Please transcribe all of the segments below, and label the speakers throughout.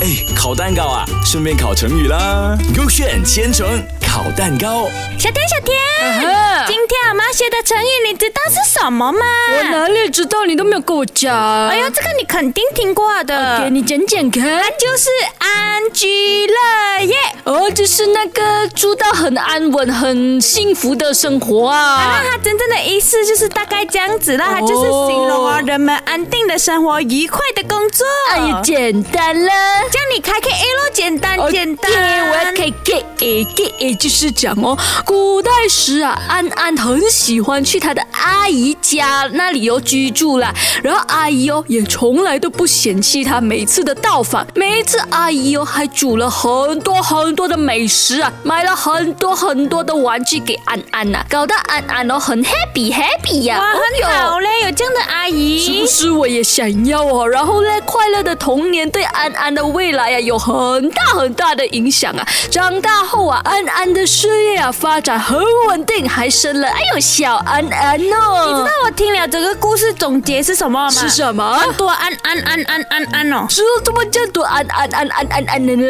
Speaker 1: 哎，烤蛋糕啊，顺便烤成语啦。勾选千层烤蛋糕，
Speaker 2: 小天，小天
Speaker 3: 啊哈
Speaker 2: 今天阿妈学的成语你知道是什么吗？
Speaker 3: 我哪里知道？你都没有跟我讲。
Speaker 2: 哎呦，这个你肯定听过的
Speaker 3: 哦给你讲讲看。
Speaker 2: 就是啊安居乐业。
Speaker 3: 哦，就是那个住到很安稳、很幸福的生活
Speaker 2: 那
Speaker 3: 啊。
Speaker 2: 它真正的意思就是大概这样子啦，它就
Speaker 3: 哦
Speaker 2: 是形容哦人们安定的生活、愉快的工作。
Speaker 3: 哎呀，简单了。
Speaker 2: 这样你开 K A 咯，简单简单。
Speaker 3: OK，我要可以 get it get it，就是讲哦，古代时啊，安安很喜欢去他的阿姨家那里哦居住啦，然后阿姨哦也从来都不嫌弃他每次的到访，每一次阿姨哦还煮了很多很多的美食啊，买了很多很多的玩具给安安呐、搞得安安哦很 happy happy 呀、
Speaker 2: 哇，
Speaker 3: 哦哟
Speaker 2: 很好嘞，有这样的阿
Speaker 3: 哦是不
Speaker 2: 姨。
Speaker 3: 是我也想要哦？然后呢，快乐的童年对安安的未来呀、有很大很大的影响啊。长大后啊，安安的事业啊发展很稳定，还生了哎呦小安安哦。
Speaker 2: 那我听了整个故事总结是什么吗？
Speaker 3: 是什么？
Speaker 2: 多安安安安安安哦。
Speaker 3: 是怎么叫做安安安安安安的呢？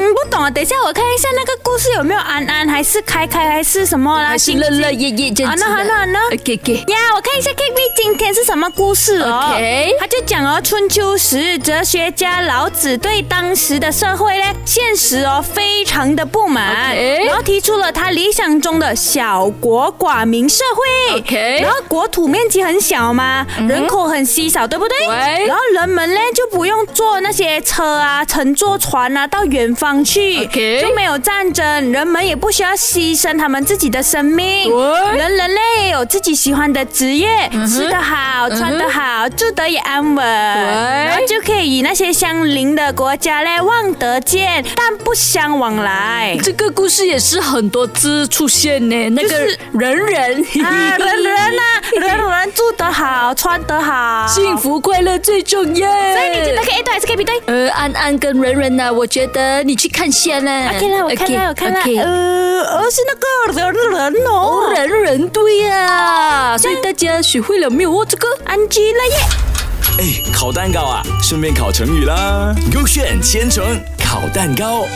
Speaker 2: 嗯，不懂啊，等一下我看一下那个故事有没有安安，还是开开，还是什么啦？
Speaker 3: 还是
Speaker 2: 今
Speaker 3: 乐乐爷爷这样子的。
Speaker 2: 啊那那那
Speaker 3: OK OK。
Speaker 2: 呀，我看一下 K B 今天是什么故事哦
Speaker 3: OK
Speaker 2: 他就讲哦，春秋时哲学家老子对当时的社会呢现实哦非常的不满
Speaker 3: OK
Speaker 2: 然后提出了他理想中的小国寡民社会。
Speaker 3: OK 嗯
Speaker 2: 然后国土面积很小嘛，人口很稀少，对不对？
Speaker 3: 喂
Speaker 2: 然后人们呢就不用坐那些车啊、乘坐船啊到远方去
Speaker 3: OK
Speaker 2: 就没有战争，人们也不需要牺牲他们自己的生命。
Speaker 3: 喂
Speaker 2: 人人类也有自己喜欢的职业，
Speaker 3: 嗯
Speaker 2: 吃得好，穿得好，住得也安稳，然后就可以与那些相邻的国家嘞望得见，但不相往 来。
Speaker 3: 这个故事也是很多字出现呢，那个
Speaker 2: 就是
Speaker 3: 人人
Speaker 2: 啊，人人呐、人人住得好，穿得好，
Speaker 3: 幸。福快乐最重要。
Speaker 2: 所以你觉得 K A 对还是 K B 对
Speaker 3: 呃，安安跟人人呢、啊我觉得你去看先啦。
Speaker 2: ？OK 啦，我啊看啦，我看啦。
Speaker 3: OK，OK
Speaker 2: 呃，而是那个人人
Speaker 3: 哦，
Speaker 2: 哦，
Speaker 3: 人人对呀、所以大家学会了没有哦？这个。
Speaker 2: 安居乐业。
Speaker 1: 哎，烤蛋糕啊，顺便烤成语啦。勾选千层烤蛋糕。